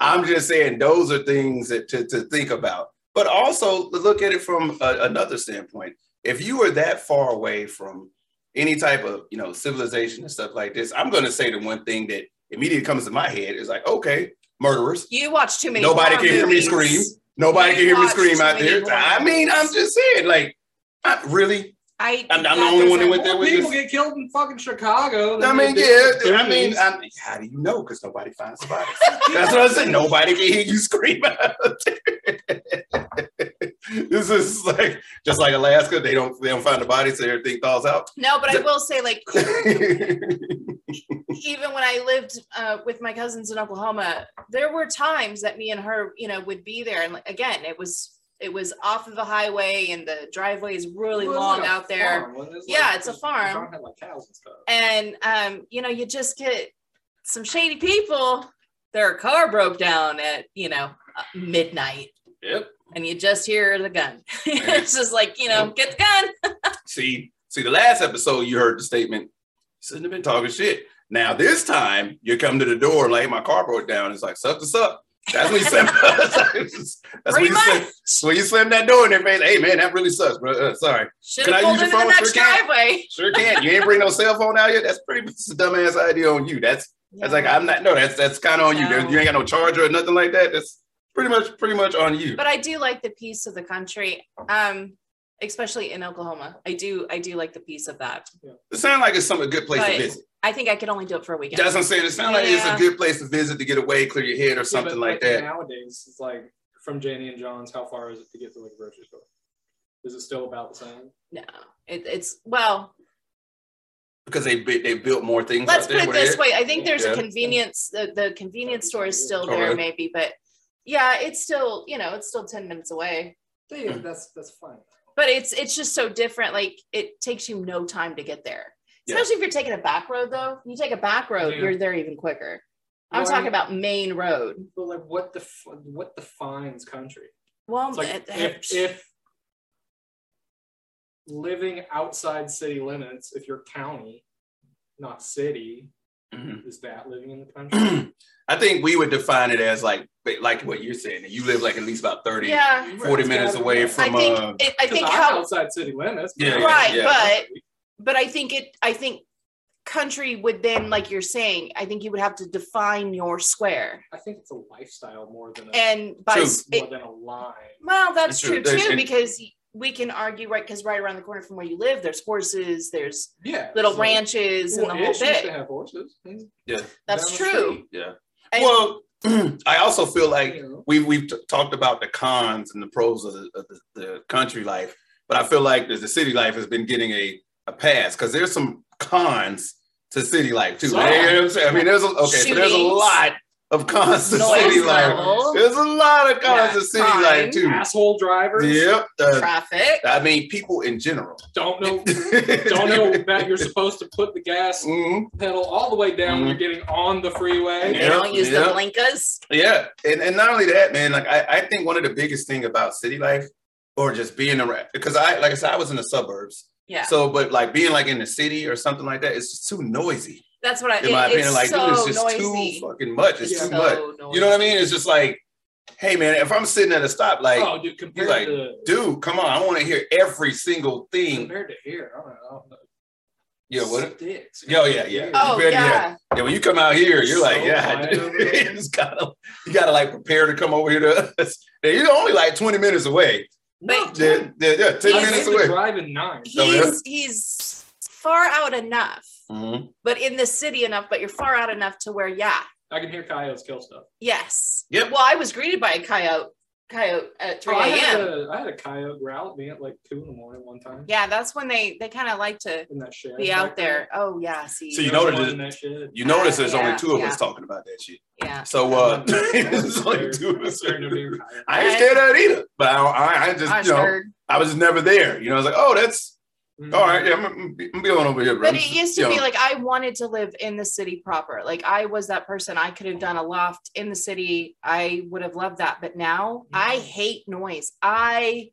[SPEAKER 1] I'm just saying those are things that to, to think about. But also look at it from a, another standpoint. If you were that far away from any type of you know civilization and stuff like this, I'm gonna say the one thing that immediately comes to my head is like, okay, murderers.
[SPEAKER 4] You watch too many.
[SPEAKER 1] Nobody
[SPEAKER 4] horror
[SPEAKER 1] can hear me
[SPEAKER 4] movies.
[SPEAKER 1] scream. Nobody
[SPEAKER 4] You
[SPEAKER 1] can hear me
[SPEAKER 4] watch
[SPEAKER 1] scream
[SPEAKER 4] too
[SPEAKER 1] out
[SPEAKER 4] many
[SPEAKER 1] there.
[SPEAKER 4] horror
[SPEAKER 1] I mean, I'm
[SPEAKER 4] movies.
[SPEAKER 1] just saying, like, I, really?
[SPEAKER 4] I.
[SPEAKER 1] I'm- I'm the
[SPEAKER 4] God,
[SPEAKER 1] only one
[SPEAKER 4] there's
[SPEAKER 1] who
[SPEAKER 4] a
[SPEAKER 1] went there
[SPEAKER 5] More
[SPEAKER 1] with
[SPEAKER 5] people
[SPEAKER 1] this.
[SPEAKER 5] get killed in fucking Chicago. than
[SPEAKER 1] I mean,
[SPEAKER 5] they
[SPEAKER 1] yeah.
[SPEAKER 5] did in the
[SPEAKER 1] I mean,
[SPEAKER 5] 30s.
[SPEAKER 1] I'm, how do you know? Because nobody finds somebody. That's what I said. Nobody can hear you scream out there. this is like just like Alaska. They don't they don't find the body, so everything thaws out.
[SPEAKER 4] No, but I will say, like,
[SPEAKER 1] yeah,
[SPEAKER 4] even when I lived uh, with my cousins in Oklahoma, there were times that me and her, you know, would be there. And like, again, it was it was off of the highway, and the driveway is really
[SPEAKER 5] Well, it's
[SPEAKER 4] long
[SPEAKER 5] like a
[SPEAKER 4] out there.
[SPEAKER 5] farm, wasn't it? It's
[SPEAKER 4] Yeah,
[SPEAKER 5] like-
[SPEAKER 4] it's a
[SPEAKER 5] John
[SPEAKER 4] farm.
[SPEAKER 5] had, like, cows and stuff.
[SPEAKER 4] And um, you know, you just get some shady people. Their car broke down at you know uh, midnight.
[SPEAKER 1] Yep.
[SPEAKER 4] And you just hear the gun. it's just like you know, get the gun.
[SPEAKER 1] See, see, the last episode you heard the statement, shouldn't have been talking shit. Now this time you come to the door like "Hey, my car broke down. It's like suck this up. That's when you slam. that's when
[SPEAKER 4] Pretty
[SPEAKER 1] you slam,
[SPEAKER 4] much.
[SPEAKER 1] that's when you slam that door in their face. Hey man, that really sucks, bro. Uh, sorry,
[SPEAKER 4] Should
[SPEAKER 1] Can I
[SPEAKER 4] have pulled
[SPEAKER 1] use your
[SPEAKER 4] into the
[SPEAKER 1] phone
[SPEAKER 4] next
[SPEAKER 1] for a cat?
[SPEAKER 4] driveway.
[SPEAKER 1] sure can. You ain't bring no cell phone out yet. That's pretty much a dumbass idea on you. That's that's like I'm not. No, that's that's kind of on you. There-
[SPEAKER 4] No.
[SPEAKER 1] You ain't got no charger or nothing like that. That's pretty much pretty much on you.
[SPEAKER 4] but I do like the peace of the country, um, especially in Oklahoma. I do, I do like the peace of that.
[SPEAKER 1] It sounds like it's some a good place to
[SPEAKER 4] But-
[SPEAKER 1] visit.
[SPEAKER 4] I think I could only do it for a weekend.
[SPEAKER 1] That's what I'm saying. It sounds like it's a
[SPEAKER 4] Yeah.
[SPEAKER 1] good place to visit to get away, clear your head, or
[SPEAKER 5] Yeah, but,
[SPEAKER 1] something like that.
[SPEAKER 5] Nowadays, it's like from Janie and John's. How far is it to get to like a grocery store? Is it still about the same?
[SPEAKER 4] no, it, it's well.
[SPEAKER 1] because they bu- they built more things.
[SPEAKER 4] Let's
[SPEAKER 1] out
[SPEAKER 4] put
[SPEAKER 1] there
[SPEAKER 4] it
[SPEAKER 1] where
[SPEAKER 4] this
[SPEAKER 1] they-
[SPEAKER 4] way. I think there's
[SPEAKER 1] Yeah.
[SPEAKER 4] a convenience. The, the convenience store is still
[SPEAKER 1] All
[SPEAKER 4] there,
[SPEAKER 1] right.
[SPEAKER 4] maybe, but yeah, it's still you know it's still ten minutes away.
[SPEAKER 5] Yeah, that's that's fine.
[SPEAKER 4] But it's it's just so different. Like it takes you no time to get there.
[SPEAKER 1] Yeah.
[SPEAKER 4] Especially if you're taking a back road, though. You take a back road,
[SPEAKER 5] Yeah.
[SPEAKER 4] you're there even quicker. I'm
[SPEAKER 5] Well, I
[SPEAKER 4] talking
[SPEAKER 5] mean-
[SPEAKER 4] about main road.
[SPEAKER 5] But like, what the what defines country?
[SPEAKER 4] Well,
[SPEAKER 5] It's like
[SPEAKER 4] it-
[SPEAKER 5] if, if living outside city limits, if you're county, not city,
[SPEAKER 1] Mhm.
[SPEAKER 5] is that living in the country?
[SPEAKER 1] I think we would define it as like like what you're saying. that You live like at least about 30,
[SPEAKER 4] yeah
[SPEAKER 1] 40 minutes away
[SPEAKER 4] i
[SPEAKER 1] from
[SPEAKER 4] think
[SPEAKER 1] uh,
[SPEAKER 4] it, i
[SPEAKER 5] 'Cause
[SPEAKER 4] think
[SPEAKER 5] I'm
[SPEAKER 4] how
[SPEAKER 5] outside city limits.
[SPEAKER 1] Yeah, yeah,
[SPEAKER 4] right
[SPEAKER 1] yeah.
[SPEAKER 4] but but i think it i think country would then like you're saying i think you would have to define your square
[SPEAKER 5] I think it's a lifestyle more than a,
[SPEAKER 4] and by
[SPEAKER 1] True.
[SPEAKER 4] s- it-
[SPEAKER 5] more than a line.
[SPEAKER 4] well
[SPEAKER 1] That's
[SPEAKER 4] that's
[SPEAKER 1] true.
[SPEAKER 4] true,
[SPEAKER 1] There's-
[SPEAKER 4] too
[SPEAKER 1] and-
[SPEAKER 4] because we can argue right because right around the corner from where you live there's horses there's
[SPEAKER 5] Yeah,
[SPEAKER 4] little
[SPEAKER 5] so-
[SPEAKER 4] ranches
[SPEAKER 5] Well,
[SPEAKER 4] and the
[SPEAKER 5] Ish
[SPEAKER 4] whole
[SPEAKER 5] used to
[SPEAKER 4] bit
[SPEAKER 5] have horses. He's
[SPEAKER 4] that's
[SPEAKER 5] down the
[SPEAKER 4] true
[SPEAKER 5] street,
[SPEAKER 1] yeah.
[SPEAKER 4] And-
[SPEAKER 1] well, I also feel like
[SPEAKER 5] you know.
[SPEAKER 1] we've we've t- talked about the cons and the pros of, the, of the, the country life, but I feel like the, the city life has been getting a, a pass because there's some cons to city life too. You know what I'm saying? I mean, there's a, okay, so there's a
[SPEAKER 4] Shootings.
[SPEAKER 1] lot of cons to
[SPEAKER 4] Noise
[SPEAKER 1] city life.
[SPEAKER 4] level.
[SPEAKER 1] There's a lot of cons to
[SPEAKER 4] Yeah,
[SPEAKER 1] city life too.
[SPEAKER 5] asshole drivers.
[SPEAKER 1] Yep. uh,
[SPEAKER 4] traffic
[SPEAKER 1] I mean, people in general.
[SPEAKER 5] Don't know. Don't know that you're supposed to put the gas
[SPEAKER 1] Mhm.
[SPEAKER 5] pedal all the way down when
[SPEAKER 1] Mm-hmm.
[SPEAKER 5] you're getting on the freeway.
[SPEAKER 4] they
[SPEAKER 1] Yeah,
[SPEAKER 4] don't use
[SPEAKER 1] yeah.
[SPEAKER 4] the blinkers
[SPEAKER 1] Yeah, and, and not only that, man. Like I, I think one of the biggest thing about city life, or just being around, because I, like I said, I was in the suburbs.
[SPEAKER 4] yeah
[SPEAKER 1] So, but like being like in the city or something like that, it's just too noisy.
[SPEAKER 4] that's what i
[SPEAKER 1] In my
[SPEAKER 4] it- it's
[SPEAKER 1] opinion, like
[SPEAKER 4] so
[SPEAKER 1] dude, it's just
[SPEAKER 4] noisy
[SPEAKER 1] too fucking much. It's
[SPEAKER 5] It's
[SPEAKER 1] too
[SPEAKER 5] so
[SPEAKER 1] much. You know what I mean? It's just like, hey, man, if I'm sitting at a stop, like,
[SPEAKER 5] oh, dude, compared
[SPEAKER 1] like,
[SPEAKER 5] to
[SPEAKER 1] dude, come on, I want to hear every single thing.
[SPEAKER 5] compared to here, I don't know. I don't know.
[SPEAKER 1] Yeah, what?
[SPEAKER 5] Sticks.
[SPEAKER 1] Yo, yeah, yeah.
[SPEAKER 4] Oh
[SPEAKER 1] Compared to
[SPEAKER 4] yeah,
[SPEAKER 1] Yeah, when you come out here, you're like,
[SPEAKER 5] So
[SPEAKER 1] yeah,
[SPEAKER 5] quiet over there.
[SPEAKER 1] you just gotta, you gotta like prepare to come over here to us. Now, You're only like 20 minutes away.
[SPEAKER 4] but
[SPEAKER 1] Yeah, yeah, yeah, 10
[SPEAKER 4] Yeah,
[SPEAKER 5] I
[SPEAKER 1] minutes
[SPEAKER 5] used
[SPEAKER 1] away.
[SPEAKER 5] to drive in nine.
[SPEAKER 1] Oh, yeah?
[SPEAKER 4] he's he's far out enough,
[SPEAKER 1] Mhm.
[SPEAKER 4] but in the city enough. But you're far out enough to where yeah,
[SPEAKER 5] I can hear coyotes kill stuff.
[SPEAKER 4] yes.
[SPEAKER 1] Yep.
[SPEAKER 4] Well, I was greeted by a coyote coyote at 3
[SPEAKER 5] Oh, I, had
[SPEAKER 4] a.m.
[SPEAKER 5] a, I had a coyote growl at me at like two in the morning one time
[SPEAKER 4] Yeah, that's when they they kind of like to
[SPEAKER 5] in that shed.
[SPEAKER 4] be out there. Oh yeah, see.
[SPEAKER 1] So you
[SPEAKER 5] There was
[SPEAKER 1] notice
[SPEAKER 5] one
[SPEAKER 1] it-
[SPEAKER 5] in that shed.
[SPEAKER 1] You notice there's
[SPEAKER 4] Yeah,
[SPEAKER 1] only two of
[SPEAKER 4] yeah.
[SPEAKER 1] us talking about that shit.
[SPEAKER 4] yeah.
[SPEAKER 1] So uh, there's only two of us. I ain't scared of that either. But I, don't- I, I just,
[SPEAKER 4] I
[SPEAKER 1] you know,
[SPEAKER 4] heard.
[SPEAKER 1] I was never there. You know, I was like, oh, that's all right. Yeah, I'm, I'm, I'm going over here, bro.
[SPEAKER 4] Mm-hmm. But it used to be like I wanted to live in the city proper. Like I was that person. I could have done a loft in the city. I would have loved that. But now
[SPEAKER 1] Mm-hmm.
[SPEAKER 4] I hate noise. I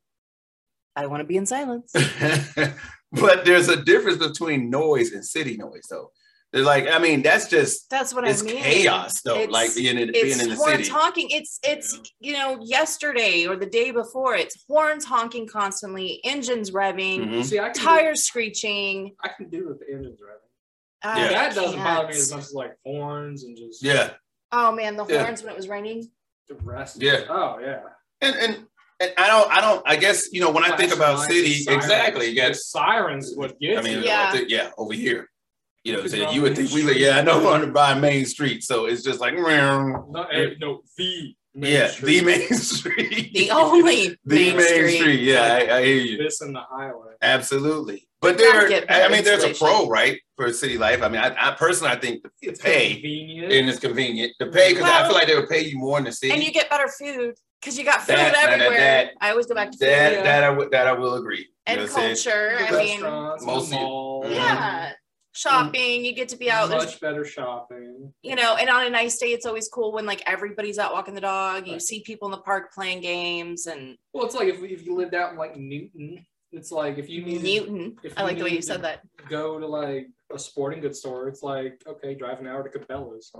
[SPEAKER 4] I want to be in silence.
[SPEAKER 1] like. but there's a difference between noise and city noise, though. They're like, I mean, that's just
[SPEAKER 4] That's what
[SPEAKER 1] it's
[SPEAKER 4] I mean.
[SPEAKER 1] chaos, though.
[SPEAKER 4] It's-
[SPEAKER 1] like being in being
[SPEAKER 4] It's
[SPEAKER 1] in the
[SPEAKER 4] horns
[SPEAKER 1] city.
[SPEAKER 4] honking. It's it's you know yesterday or the day before. It's horns honking constantly, engines revving,
[SPEAKER 1] Mhm.
[SPEAKER 5] Mm-hmm. See, I can Do,
[SPEAKER 4] tires screeching.
[SPEAKER 5] I can do with the engines right.
[SPEAKER 4] I
[SPEAKER 5] That doesn't
[SPEAKER 4] can't.
[SPEAKER 5] bother me as much as like horns and just
[SPEAKER 1] Yeah,
[SPEAKER 4] Oh man, the
[SPEAKER 1] Yeah.
[SPEAKER 4] horns when it was raining.
[SPEAKER 5] the rest.
[SPEAKER 1] Yeah.
[SPEAKER 5] Oh yeah.
[SPEAKER 1] and and. And I don't, I don't, I guess, you know, when I think
[SPEAKER 5] Flashing
[SPEAKER 1] about
[SPEAKER 5] lights,
[SPEAKER 1] city,
[SPEAKER 5] sirens.
[SPEAKER 1] exactly, you got
[SPEAKER 5] The sirens would get
[SPEAKER 1] I mean,
[SPEAKER 5] you.
[SPEAKER 1] yeah.
[SPEAKER 4] Yeah.
[SPEAKER 1] yeah, over here. You know, what I'm saying?
[SPEAKER 5] Because we're
[SPEAKER 1] you
[SPEAKER 5] on
[SPEAKER 1] would
[SPEAKER 5] Main
[SPEAKER 1] think we live,
[SPEAKER 5] Street.
[SPEAKER 1] yeah, I know we're on the by Main Street, so it's just like, meow.
[SPEAKER 5] No, eh, no, the main
[SPEAKER 1] yeah,
[SPEAKER 5] street.
[SPEAKER 1] the Main Street,
[SPEAKER 4] The only
[SPEAKER 1] The Main, Street. Yeah, I, I hear you
[SPEAKER 5] This and the highway.
[SPEAKER 1] absolutely. But
[SPEAKER 4] Gotta
[SPEAKER 1] there,
[SPEAKER 4] get
[SPEAKER 1] I
[SPEAKER 4] better
[SPEAKER 1] mean, there's a
[SPEAKER 4] insulation.
[SPEAKER 1] pro, right, for city life. I mean, I, I personally, I think the pay
[SPEAKER 5] Convenient.
[SPEAKER 1] and it's convenient. The pay because I
[SPEAKER 4] Well-
[SPEAKER 1] feel like they would pay you more in the city.
[SPEAKER 4] and you get better food because you got food
[SPEAKER 1] That- that- that-
[SPEAKER 4] everywhere.
[SPEAKER 1] that-
[SPEAKER 4] I always go back to food
[SPEAKER 1] that
[SPEAKER 5] Yeah.
[SPEAKER 1] that I would that I will agree.
[SPEAKER 4] and
[SPEAKER 1] you know what I'm saying?
[SPEAKER 4] culture.
[SPEAKER 5] The
[SPEAKER 4] I mean,
[SPEAKER 5] restaurants,
[SPEAKER 1] most of
[SPEAKER 5] the
[SPEAKER 1] you-
[SPEAKER 5] mall.
[SPEAKER 4] yeah, shopping. You get to be out. There's
[SPEAKER 5] Much better shopping.
[SPEAKER 4] you know, and on a nice day, it's always cool when like everybody's out walking the dog. You
[SPEAKER 5] Right.
[SPEAKER 4] see people in the park playing games and
[SPEAKER 5] Well, it's like if, if you lived out in like Newton, it's like if you need to
[SPEAKER 4] Newton.
[SPEAKER 5] if
[SPEAKER 4] I
[SPEAKER 5] you
[SPEAKER 4] like the way you
[SPEAKER 5] need
[SPEAKER 4] said
[SPEAKER 5] to-
[SPEAKER 4] that.
[SPEAKER 5] go to like a sporting goods store, it's like okay, drive an hour to Cabela's.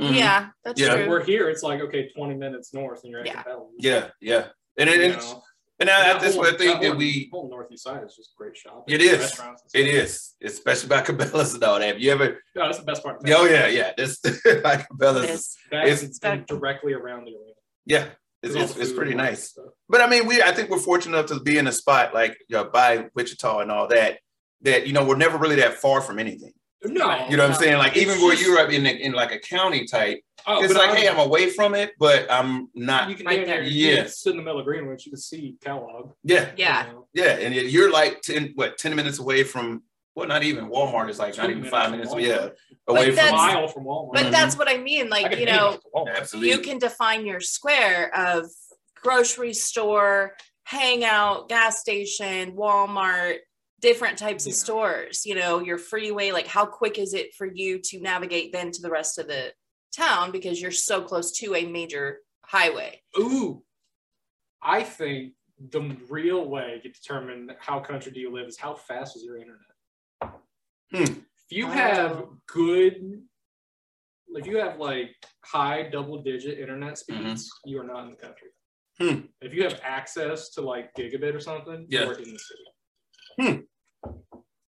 [SPEAKER 1] Mhm.
[SPEAKER 4] Yeah, that's
[SPEAKER 1] Yeah.
[SPEAKER 4] true.
[SPEAKER 5] We're here, it's like okay, twenty minutes north, and you're at
[SPEAKER 4] Yeah.
[SPEAKER 5] Cabela's.
[SPEAKER 1] yeah, yeah. And it,
[SPEAKER 5] You
[SPEAKER 1] and,
[SPEAKER 5] know?
[SPEAKER 1] and I,
[SPEAKER 5] That
[SPEAKER 1] that's what I
[SPEAKER 5] whole-
[SPEAKER 1] think that
[SPEAKER 5] whole-
[SPEAKER 1] we
[SPEAKER 5] whole northeast side is just great shopping.
[SPEAKER 1] It is.
[SPEAKER 5] Restaurants and
[SPEAKER 1] it
[SPEAKER 5] stuff.
[SPEAKER 1] is, especially by Cabela's and all that. Have you ever
[SPEAKER 5] No, that's the best part. of
[SPEAKER 1] Oh
[SPEAKER 5] town.
[SPEAKER 1] yeah, yeah. This like Cabela's. is-
[SPEAKER 4] It's-
[SPEAKER 5] That's
[SPEAKER 1] It's-
[SPEAKER 5] been directly around the arena.
[SPEAKER 1] Yeah, it's,
[SPEAKER 5] Good
[SPEAKER 1] it's, it's
[SPEAKER 5] food
[SPEAKER 1] pretty
[SPEAKER 5] and all that
[SPEAKER 1] nice.
[SPEAKER 5] stuff.
[SPEAKER 1] But I mean, we I think we're fortunate enough to be in a spot like you know, by Wichita and all that. That you know we're never really that far from anything.
[SPEAKER 5] No,
[SPEAKER 1] You know what I'm
[SPEAKER 4] No.
[SPEAKER 1] saying? Like
[SPEAKER 5] It's
[SPEAKER 1] even where
[SPEAKER 5] just-
[SPEAKER 1] you're up in the, in like a county type,
[SPEAKER 5] oh,
[SPEAKER 1] it's
[SPEAKER 5] but
[SPEAKER 1] like
[SPEAKER 5] I'm-
[SPEAKER 1] hey, I'm away from it, but I'm not.
[SPEAKER 5] you can
[SPEAKER 4] Right
[SPEAKER 5] right
[SPEAKER 4] there.
[SPEAKER 5] there. You
[SPEAKER 1] Yeah.
[SPEAKER 5] can sit in the middle of Greenwich, you can see Kellogg.
[SPEAKER 1] yeah,
[SPEAKER 4] Yeah,
[SPEAKER 5] You know,
[SPEAKER 1] yeah, and yet you're like ten what ten minutes away from well, not even Walmart is like not
[SPEAKER 5] 20
[SPEAKER 1] even five minutes.
[SPEAKER 5] minutes
[SPEAKER 1] away.
[SPEAKER 5] from
[SPEAKER 1] yeah,
[SPEAKER 5] Walmart.
[SPEAKER 1] away
[SPEAKER 5] a
[SPEAKER 4] That's-
[SPEAKER 1] from
[SPEAKER 5] mile from Walmart.
[SPEAKER 4] but
[SPEAKER 1] Mhm.
[SPEAKER 4] that's what I mean.
[SPEAKER 5] I
[SPEAKER 4] Like
[SPEAKER 5] can
[SPEAKER 4] you
[SPEAKER 5] hang
[SPEAKER 4] know,
[SPEAKER 5] out at Walmart.
[SPEAKER 1] absolutely.
[SPEAKER 4] you can define your square of grocery store, hangout, gas station, Walmart, different types of
[SPEAKER 5] Yeah.
[SPEAKER 4] stores, you know, your freeway, like how quick is it for you to navigate then to the rest of the town because you're so close to a major highway.
[SPEAKER 5] Ooh, I think the real way to determine how country do you live is how fast is your internet.
[SPEAKER 1] Hmm.
[SPEAKER 5] If you
[SPEAKER 4] Oh.
[SPEAKER 5] have good, if you have like high double digit internet speeds, you are not in the country.
[SPEAKER 1] Mm-hmm. Hmm.
[SPEAKER 5] If you have access to like gigabit or something,
[SPEAKER 1] Yeah.
[SPEAKER 5] you're in the city.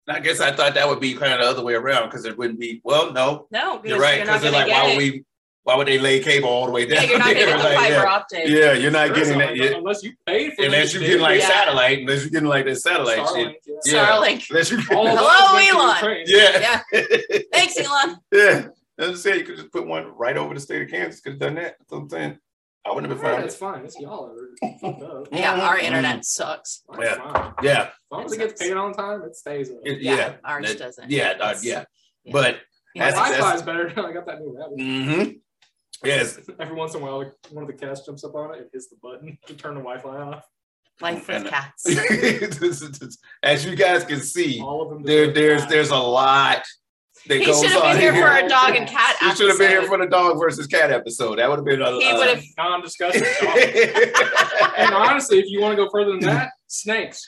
[SPEAKER 1] I guess I thought that would be kind of the other way around because it wouldn't be. Well, no,
[SPEAKER 4] No, because
[SPEAKER 1] you're right.
[SPEAKER 4] You're not
[SPEAKER 1] Because they're
[SPEAKER 4] gonna
[SPEAKER 1] like,
[SPEAKER 4] get
[SPEAKER 1] why
[SPEAKER 4] it.
[SPEAKER 1] would we? Why would they lay cable all the way
[SPEAKER 4] Yeah,
[SPEAKER 1] down?
[SPEAKER 4] you're not gonna
[SPEAKER 1] there?
[SPEAKER 4] get the
[SPEAKER 1] Like,
[SPEAKER 4] fiber
[SPEAKER 1] yeah.
[SPEAKER 4] optic.
[SPEAKER 1] yeah, you're not
[SPEAKER 5] Sure,
[SPEAKER 1] getting
[SPEAKER 5] so
[SPEAKER 1] that.
[SPEAKER 5] unless,
[SPEAKER 1] Yeah,
[SPEAKER 5] unless you pay for
[SPEAKER 1] unless
[SPEAKER 5] this
[SPEAKER 1] you're
[SPEAKER 5] big
[SPEAKER 1] getting like
[SPEAKER 4] Yeah.
[SPEAKER 1] satellite, unless you're getting like that satellite
[SPEAKER 5] Starlink,
[SPEAKER 1] shit.
[SPEAKER 5] yeah.
[SPEAKER 1] Yeah.
[SPEAKER 4] Starlink.
[SPEAKER 1] Unless you
[SPEAKER 5] All of
[SPEAKER 1] get,
[SPEAKER 4] Hello,
[SPEAKER 5] those went through
[SPEAKER 4] Elon.
[SPEAKER 5] Ukraine.
[SPEAKER 1] yeah,
[SPEAKER 4] Yeah. Thanks, Elon.
[SPEAKER 1] yeah. That's what I'm saying. You could just put one right over the state of Kansas. Could have done that. That's what I'm saying. I wouldn't have been
[SPEAKER 5] Yeah,
[SPEAKER 1] found.
[SPEAKER 5] that's
[SPEAKER 1] it.
[SPEAKER 5] fine. It's y'all. are fucked up.
[SPEAKER 4] Yeah, our
[SPEAKER 1] Mhm.
[SPEAKER 4] internet sucks.
[SPEAKER 5] Fine,
[SPEAKER 1] Yeah.
[SPEAKER 5] fine.
[SPEAKER 1] Yeah,
[SPEAKER 5] As long as it gets paid on time, it stays up.
[SPEAKER 1] It-
[SPEAKER 4] Yeah,
[SPEAKER 1] yeah,
[SPEAKER 4] ours
[SPEAKER 1] That-
[SPEAKER 4] doesn't.
[SPEAKER 1] yeah, uh,
[SPEAKER 4] It's-
[SPEAKER 1] yeah.
[SPEAKER 4] yeah.
[SPEAKER 1] But
[SPEAKER 5] My
[SPEAKER 1] That's-
[SPEAKER 5] Wi-Fi
[SPEAKER 1] that's-
[SPEAKER 5] is better now. I got that new rabbit.
[SPEAKER 1] mhm. yes,
[SPEAKER 5] Every once in a while, one of the cats jumps up on it and hits the button to turn the Wi-Fi off.
[SPEAKER 4] life with
[SPEAKER 1] And-
[SPEAKER 4] cats.
[SPEAKER 1] as you guys can see,
[SPEAKER 5] All of them.
[SPEAKER 1] there, there's there's a lot that
[SPEAKER 4] He
[SPEAKER 1] goes
[SPEAKER 4] should have
[SPEAKER 1] on
[SPEAKER 4] been here for
[SPEAKER 5] here.
[SPEAKER 4] a dog and cat
[SPEAKER 1] You should have been here
[SPEAKER 4] episode.
[SPEAKER 1] for the dog versus cat episode. That would have been a.
[SPEAKER 4] He would have.
[SPEAKER 5] non-discussion. dog.
[SPEAKER 1] have.
[SPEAKER 5] and honestly, if you want to go further than that, snakes,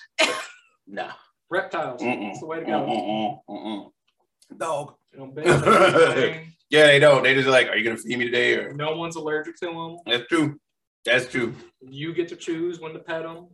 [SPEAKER 1] no.
[SPEAKER 5] reptiles.
[SPEAKER 1] Mm-mm.
[SPEAKER 5] That's the way to go.
[SPEAKER 1] Mm-mm, mm-mm. Dog.
[SPEAKER 5] You know, big, big,
[SPEAKER 1] Yeah, they don't. They just like, are you gonna feed me today?
[SPEAKER 5] big.
[SPEAKER 1] Or
[SPEAKER 5] no one's allergic to them.
[SPEAKER 1] that's true. That's true.
[SPEAKER 5] You get to choose when to pet them.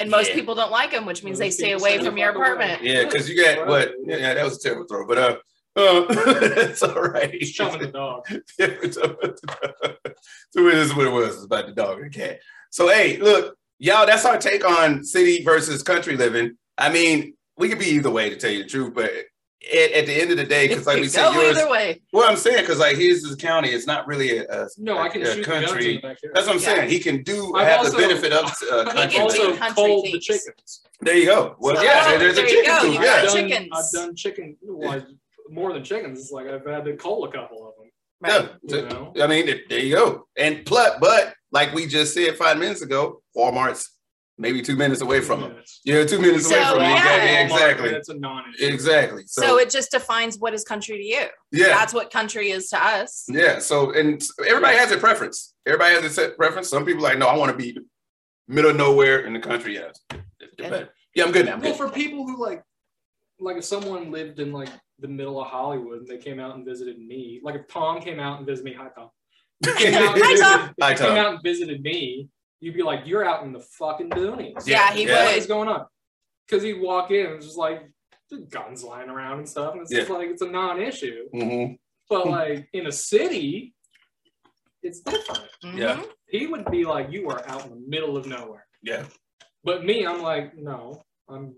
[SPEAKER 4] And most
[SPEAKER 1] Yeah.
[SPEAKER 4] people don't like him, which means they
[SPEAKER 5] Most
[SPEAKER 4] stay
[SPEAKER 5] people
[SPEAKER 4] away
[SPEAKER 5] stay
[SPEAKER 4] from
[SPEAKER 5] the
[SPEAKER 4] your
[SPEAKER 5] fuck away.
[SPEAKER 4] apartment.
[SPEAKER 1] Yeah, because you got what? Yeah, yeah, that was a terrible throw, but uh, uh that's all right.
[SPEAKER 5] Shoving the dog.
[SPEAKER 1] Yeah, we're talking about the dog. so it is what it was. It's about the dog and the cat. So hey, look, y'all, that's our take on city versus country living. I mean, we could be either way to tell you the truth, but at, at the end of the day, because like we
[SPEAKER 4] Could
[SPEAKER 1] said,
[SPEAKER 4] go
[SPEAKER 1] yours.
[SPEAKER 4] either way.
[SPEAKER 1] Well, I'm saying because like his is a county. It's not really a, a-
[SPEAKER 5] No, I can
[SPEAKER 1] a
[SPEAKER 5] shoot the guns in the
[SPEAKER 1] country.
[SPEAKER 5] backyard.
[SPEAKER 1] That's what I'm
[SPEAKER 4] Yeah.
[SPEAKER 1] saying. He can do
[SPEAKER 5] I've
[SPEAKER 1] have
[SPEAKER 5] also-
[SPEAKER 1] the benefit of uh,
[SPEAKER 5] I've
[SPEAKER 1] country.
[SPEAKER 4] can do
[SPEAKER 1] living.
[SPEAKER 5] also
[SPEAKER 4] country
[SPEAKER 5] cold the
[SPEAKER 4] thieves.
[SPEAKER 5] chickens.
[SPEAKER 1] There you go. Well,
[SPEAKER 4] So-
[SPEAKER 1] yeah, there- there's
[SPEAKER 4] There
[SPEAKER 1] a
[SPEAKER 4] you
[SPEAKER 1] chicken
[SPEAKER 4] go.
[SPEAKER 1] coop.
[SPEAKER 4] You
[SPEAKER 1] Yeah.
[SPEAKER 4] got
[SPEAKER 5] I've done,
[SPEAKER 4] chickens.
[SPEAKER 5] I've done chicken, well, I- more than chickens. It's like I've had to cull a couple of them.
[SPEAKER 1] Yeah.
[SPEAKER 4] Right.
[SPEAKER 5] You know?
[SPEAKER 1] I mean, th- there you go. And plus, but like we just said five minutes ago, Walmart's maybe two minutes away from him.
[SPEAKER 5] Yes.
[SPEAKER 1] Yeah, two minutes away
[SPEAKER 4] So,
[SPEAKER 1] from him.
[SPEAKER 4] yeah.
[SPEAKER 1] Yeah,
[SPEAKER 5] Walmart,
[SPEAKER 1] Exactly.
[SPEAKER 5] It's a non-issue.
[SPEAKER 1] Exactly. So,
[SPEAKER 4] So it just defines what is country to you.
[SPEAKER 1] yeah.
[SPEAKER 4] That's what country is to us.
[SPEAKER 1] Yeah. So, and everybody has their preference. Everybody has their set preference. Some people like, no, I want to be middle of nowhere in the country. Yeah. it's
[SPEAKER 4] Good.
[SPEAKER 1] better. Yeah, I'm good now. I'm
[SPEAKER 5] Well,
[SPEAKER 1] good.
[SPEAKER 5] for people who like, like if someone lived in like the middle of Hollywood and they came out and visited me, like if Tom came out and visited me, hi Tom,
[SPEAKER 4] Hi, Tom.
[SPEAKER 1] Hi,
[SPEAKER 5] if he came
[SPEAKER 1] Tom.
[SPEAKER 5] out and visited me, you'd be like, you're out in the fucking boonies.
[SPEAKER 4] Yeah,
[SPEAKER 1] Yeah,
[SPEAKER 4] he
[SPEAKER 1] yeah.
[SPEAKER 5] What is
[SPEAKER 4] would.
[SPEAKER 5] going on? Because he'd walk in and it's just like the guns lying around and stuff, and it's just like it's a non-issue.
[SPEAKER 1] Mhm.
[SPEAKER 5] But like in a city, it's different.
[SPEAKER 1] Yeah.
[SPEAKER 4] Mhm.
[SPEAKER 5] He would be like, you are out in the middle of nowhere.
[SPEAKER 1] Yeah.
[SPEAKER 5] But me, I'm like, no, I'm.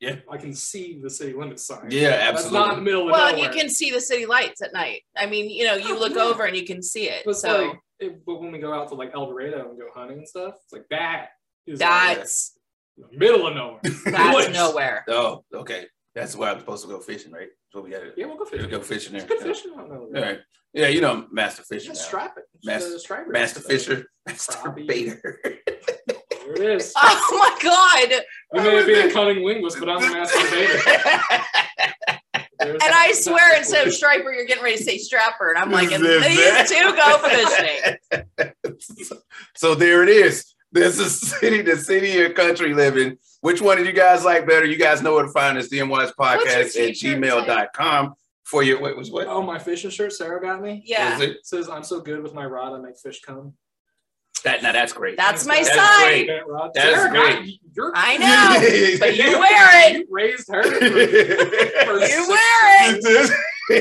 [SPEAKER 1] Yeah.
[SPEAKER 5] I can see the city limit sign.
[SPEAKER 1] Yeah,
[SPEAKER 5] That's not in
[SPEAKER 1] absolutely.
[SPEAKER 5] the middle of
[SPEAKER 4] Well, and
[SPEAKER 5] nowhere.
[SPEAKER 4] you can see the city lights at night. I mean, you know, you
[SPEAKER 5] Oh,
[SPEAKER 4] look
[SPEAKER 5] yeah.
[SPEAKER 4] over and you can see it.
[SPEAKER 5] But
[SPEAKER 4] so
[SPEAKER 5] like, it- but when we go out to like El Dorado and go hunting and stuff, it's like that is like
[SPEAKER 4] that's
[SPEAKER 5] the middle of nowhere.
[SPEAKER 4] that's
[SPEAKER 5] Woods.
[SPEAKER 4] nowhere.
[SPEAKER 1] Oh, okay. That's where I'm supposed to go fishing, right? That's what we got
[SPEAKER 5] Yeah, we'll go
[SPEAKER 1] to
[SPEAKER 5] fishing.
[SPEAKER 1] go fishing there.
[SPEAKER 5] It's good fishing out
[SPEAKER 1] All
[SPEAKER 5] there.
[SPEAKER 1] right. Yeah, you know, I'm master fisher.
[SPEAKER 5] Just
[SPEAKER 1] now.
[SPEAKER 5] strap it. Just,
[SPEAKER 1] Master-
[SPEAKER 5] uh, striper.
[SPEAKER 1] Master
[SPEAKER 5] So,
[SPEAKER 1] Fisher, Master
[SPEAKER 5] Probably.
[SPEAKER 1] Bader.
[SPEAKER 5] There it is.
[SPEAKER 4] Oh my god!
[SPEAKER 5] You may be a cunning linguist, but I'm a master baiter. There's-
[SPEAKER 4] And I swear instead of striper, you're getting ready to say strapper, and I'm like, and
[SPEAKER 1] This is
[SPEAKER 4] these
[SPEAKER 1] it.
[SPEAKER 4] two go fishing.
[SPEAKER 1] so there it is. This is city to city and country living. Which one did you guys like better? You guys know where to find us. DMY's
[SPEAKER 4] What's
[SPEAKER 1] podcast
[SPEAKER 4] your
[SPEAKER 1] at
[SPEAKER 4] t-shirt
[SPEAKER 1] gmail.com for your wait, was what?
[SPEAKER 5] Oh, my fishing shirt Sarah got me.
[SPEAKER 4] Yeah,
[SPEAKER 1] Was it?
[SPEAKER 5] It says, I'm so good with my rod, I make fish come.
[SPEAKER 1] That now that's great.
[SPEAKER 4] that's my
[SPEAKER 1] That's
[SPEAKER 4] sign.
[SPEAKER 1] great.
[SPEAKER 5] That rod.
[SPEAKER 1] That is
[SPEAKER 5] Sarah got- you're-
[SPEAKER 4] I know, but you wear it.
[SPEAKER 5] You raised her. For, for
[SPEAKER 4] You wear it.
[SPEAKER 1] he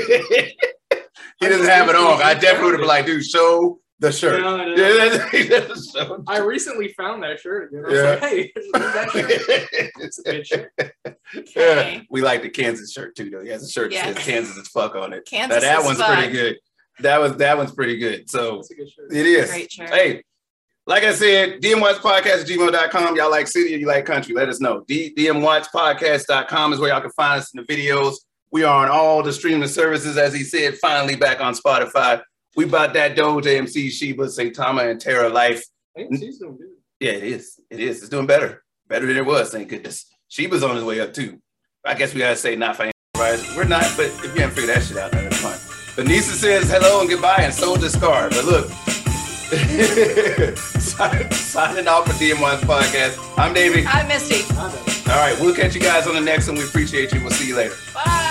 [SPEAKER 1] doesn't have it on. I definitely would have been like, dude, show the shirt.
[SPEAKER 5] No, no, no.
[SPEAKER 1] Yeah, that's- that's- show
[SPEAKER 5] I recently found that shirt. You know?
[SPEAKER 1] Yeah.
[SPEAKER 5] I was like, hey, is that shirt? It's a good shirt.
[SPEAKER 1] Yeah,
[SPEAKER 4] Okay.
[SPEAKER 1] we like the Kansas shirt too, though. He has a shirt
[SPEAKER 4] Yeah.
[SPEAKER 1] that says Kansas as fuck on it. Now,
[SPEAKER 4] Kansas.
[SPEAKER 1] that
[SPEAKER 4] is
[SPEAKER 1] one's
[SPEAKER 4] fun.
[SPEAKER 1] pretty good. That was that one's pretty good. So
[SPEAKER 5] It's a good shirt.
[SPEAKER 1] it is.
[SPEAKER 4] Great shirt.
[SPEAKER 1] Hey, like I said, dmwatchpodcast at gmail.com. Y'all like city or you like country? Let us know. D- dmwatchpodcast.com is where y'all can find us in the videos. We are on all the streaming services, as he said, finally back on Spotify. We bought that Doge AMC Sheba, Saitama, and Terra Life.
[SPEAKER 5] I think she's doing good.
[SPEAKER 1] Yeah, it is. It is. It's doing better. Better than it was, thank goodness. Sheba's on his way up too. I guess we gotta say not for riders. We're not, but if you haven't figured that shit out, then it's fine. But Nisa says hello and goodbye and so does Scar. But look. so signing off for DMY's podcast. I'm Davey.
[SPEAKER 4] I'm Misty.
[SPEAKER 5] I don't know.
[SPEAKER 1] All right, we'll catch you guys on the next one. We appreciate you. We'll see you later.
[SPEAKER 4] Bye.